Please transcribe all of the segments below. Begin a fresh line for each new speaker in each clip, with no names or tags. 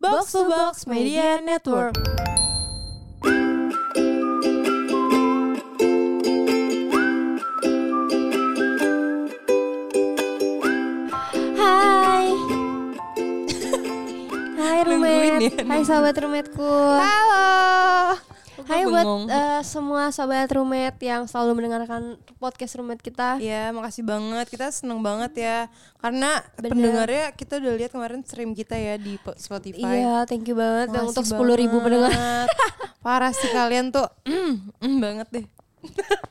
Box to Box Media Network.
Hai. Hai
Nungguin
roommate.
ya,
Hai sobat roommateku.
Halo.
Hai buat
bengong.
eh, semua sobat roommate yang selalu mendengarkan podcast roommate kita.
Ya, makasih banget. Kita seneng banget ya. Karena
Bener.
pendengarnya kita udah lihat kemarin stream kita ya di po- Spotify.
Iya, thank you banget
Makasih
yang untuk 10.000 ribu
banget.
pendengar.
Parah sih kalian tuh. Mm, mm banget deh.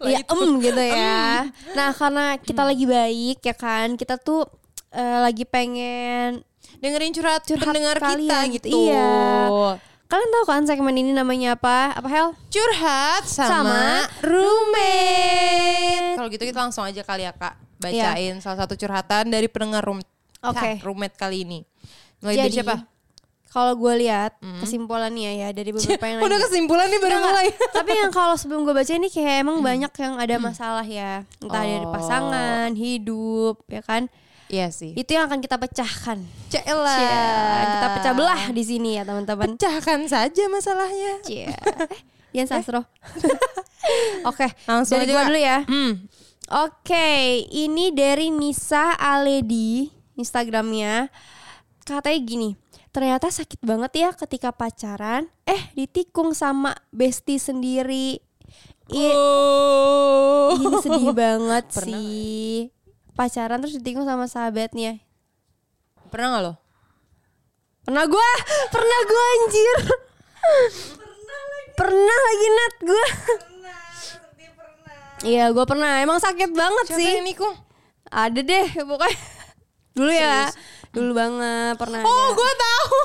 Lah
Iya,
itu.
em gitu ya. Nah, karena kita
Hmm.
lagi baik ya kan, kita tuh eh, lagi pengen
Dengerin curhat,
Curhat
pendengar kita
kalian
gitu.
gitu. Iya. Kalian tahu kan segmen ini namanya apa? Apa Hel?
Curhat sama,
Sama roommate.
Kalau gitu kita langsung aja kali ya, Kak. Bacain salah satu curhatan dari pendengar room
Iya. Oke.
Kak, roommate kali ini. Mulai dari siapa?
Kalau gue lihat kesimpulannya ya dari beberapa yang
Udah
lagi.
kesimpulan nih baru
Enggak,
mulai. Mm.
Tapi yang kalau sebelum gue baca ini kayak emang banyak yang ada masalah ya, entah dari
Oh.
pasangan, hidup, ya kan?
Iya sih.
Itu yang akan kita pecahkan.
Cela.
Cie, kita pecah belah di sini ya teman-teman.
Pecahkan saja masalahnya.
Cie. Eh, Dian Sastro. Oke,
Langsung
dari
aja,
gue
Kak.
dulu ya.
Hmm.
Oke, ini dari Nisa Aledi Instagramnya. Katanya gini, ternyata sakit banget ya ketika pacaran. Eh, ditikung sama besti sendiri. I- Iya.
Oh.
Ini sedih banget
Pernah ya?
sih. Pacaran terus ditikung sama sahabatnya.
Pernah gak lo?
Pernah gua, pernah gua anjir. Pernah lagi Nat gua. Iya, gua pernah. Emang sakit banget sih.
Siapa ini kung?
Ada deh pokoknya. Dulu ya. Dulu banget pernah.
Oh,
ada.
gue tahu.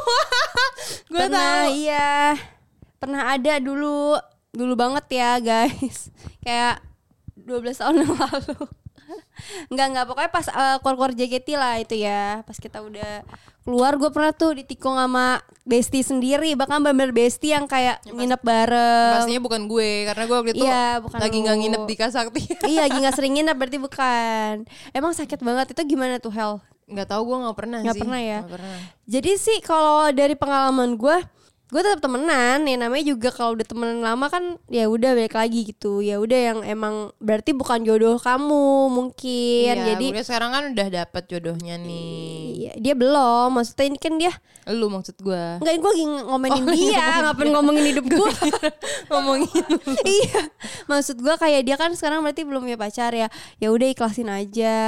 gue
pernah
tahu.
iya. Pernah ada dulu. Dulu banget ya, guys. Kayak 12 tahun yang lalu. Enggak enggak pokoknya pas eh, keluar-keluar JKT lah itu ya. Pas kita udah keluar gue pernah tuh ditikung sama Besti sendiri, bahkan bener besti yang kayak nginep bareng.
Pastinya bukan gue karena gue waktu itu
Iya, bukan
lagi nggak
lu.
nginep di Kasakti.
iya, lagi nggak sering nginep berarti bukan. Emang sakit banget itu gimana tuh Hel?
Nggak tahu gue nggak pernah
Nggak
sih.
pernah ya?
Nggak pernah.
Jadi sih kalau dari pengalaman gue, gue tetap temenan. Ya namanya juga kalau udah temenan lama kan ya udah balik lagi gitu. Ya udah yang emang berarti bukan jodoh kamu mungkin.
Iya,
Jadi
udah sekarang kan udah dapet jodohnya nih.
iya, dia belum. Maksudnya ini kan dia
Lu maksud gue.
nggak gue lagi ngomelin
Oh, iya,
dia,
ngomongin
ngapain
dia.
ngomongin hidup gue.
Ngomongin.
iya maksud gua kayak dia kan sekarang berarti belum punya pacar ya ya udah ikhlasin aja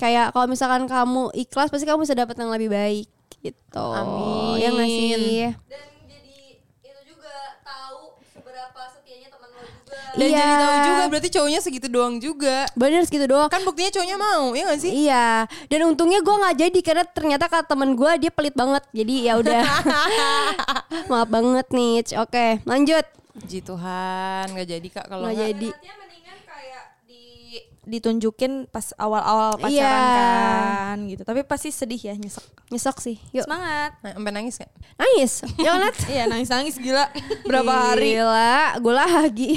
kayak kalau misalkan kamu ikhlas pasti kamu bisa dapat yang lebih baik gitu
Amin.
ya nggak sih
dan jadi itu juga tahu seberapa setianya teman lo juga
Dan
Iya.
jadi tahu juga berarti cowoknya segitu doang juga.
bener segitu doang
Kan buktinya cowoknya mau, ya gak sih?
Iya, dan untungnya gua nggak jadi karena ternyata kata temen gua dia pelit banget, jadi ya udah maaf banget nih. Oke, lanjut
Puji Tuhan, nggak jadi kak kalau
nggak
nggak.
jadi.
Artinya mendingan kayak di
ditunjukin pas awal-awal pacaran
Iya.
kan gitu. Tapi pasti sedih ya, nyesek.
Nyesek sih, yuk
Semangat.
Nah, Sampai nangis gak?
nangis. Ya Nat?
iya, nangis-nangis gila. Berapa hari?
Iya.
Gila, gue lagi.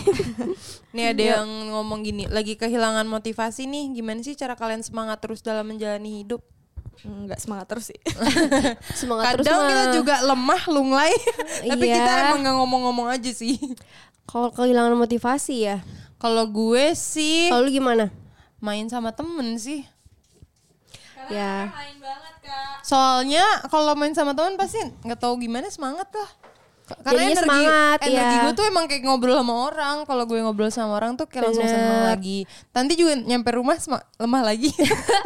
Nih ada yang ngomong gini, lagi kehilangan motivasi nih. Gimana sih cara kalian semangat terus dalam menjalani hidup?
Enggak semangat terus sih.
Semangat terus.
Kadang kita
mah.
juga lemah lunglai, tapi
Iya.
kita emang nggak ngomong-ngomong aja sih.
Kalau kehilangan motivasi ya.
Kalau gue sih
Kalau lu gimana?
main sama temen sih.
Ya.
main banget kak
Soalnya kalau main sama teman pasti nggak tahu gimana semangat lah. K- Karena
Jadinya
energi,
semangat,
energi
iya.
gue tuh emang kayak ngobrol sama orang. Kalau gue ngobrol sama orang tuh kayak langsung seneng
Bener.
lagi. Nanti juga nyampe rumah sema- lemah lagi,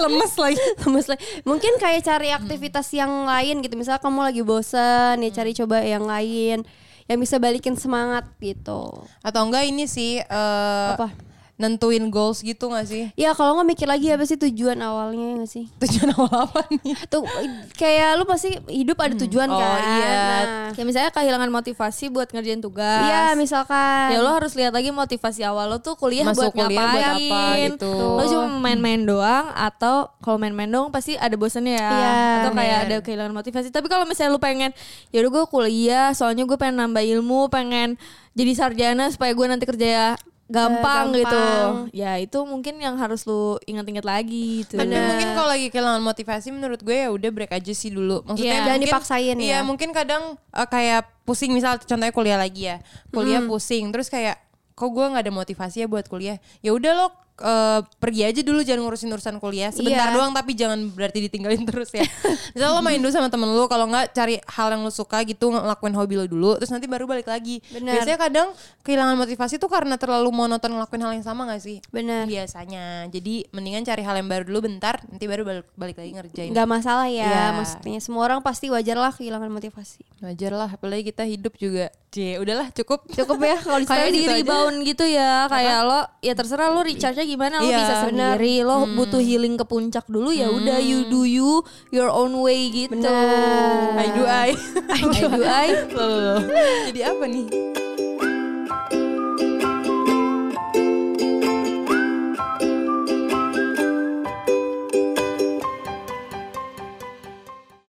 lemes lagi.
Lemes lagi. Mungkin kayak cari
Hmm.
aktivitas yang lain gitu. Misalnya kamu lagi bosen, ya cari coba yang lain yang bisa balikin semangat gitu.
Atau enggak ini sih eh,
Apa?
nentuin goals gitu gak sih?
Ya kalau nggak mikir lagi apa sih tujuan awalnya ya nggak sih?
Tujuan awal apa nih?
Tuh kayak lu pasti hidup ada tujuan
Oh,
kan.
iya.
Nah,
ya misalnya kehilangan motivasi buat ngerjain tugas.
Iya misalkan.
Ya lo harus lihat lagi motivasi awal lo tuh kuliah
Masuk
buat
kuliah buat
ngapain.
apa gitu.
Lo cuma main-main doang atau kalau main-main doang pasti ada bosannya ya.
Iya,
atau kayak
bener.
ada kehilangan motivasi. Tapi kalau misalnya lo pengen ya udah gue kuliah, soalnya gue pengen nambah ilmu, pengen jadi sarjana supaya gue nanti kerja gampang,
Eh,
gitu.
gampang.
Ya itu mungkin yang harus lu inget-inget lagi gitu.
Tapi mungkin kalau lagi kehilangan motivasi menurut gue ya udah break aja sih dulu. Maksudnya
Iya. Jangan
mungkin-
dipaksain ya.
Iya, mungkin kadang eh, kayak pusing misal contohnya kuliah lagi ya. Kuliah
Hmm.
pusing terus kayak kok gue nggak ada motivasi ya buat kuliah. Ya udah lo eh, pergi aja dulu jangan ngurusin urusan kuliah sebentar
Iya.
doang tapi jangan berarti ditinggalin terus ya. Misal lo main dulu sama temen lo kalau nggak cari hal yang lo suka gitu ngelakuin hobi lo dulu terus nanti baru balik lagi.
Benar.
Biasanya kadang kehilangan motivasi tuh karena terlalu monoton ngelakuin hal yang sama gak sih?
Benar.
biasanya jadi mendingan cari hal yang baru dulu bentar nanti baru balik, balik lagi ngerjain
nggak masalah
Iya.
ya maksudnya semua orang pasti wajar lah kehilangan motivasi
wajar lah apalagi kita hidup juga c udahlah cukup
cukup ya kalau diceritain
kayak di
gitu aja.
rebound gitu ya kayak lo ya terserah lo recharge-nya gimana lo
Iya,
bisa sendiri lo
hmm.
butuh healing ke puncak dulu ya udah you do you your own way gitu
Benar.
I do I
I do I
Loh, loh, loh. jadi apa nih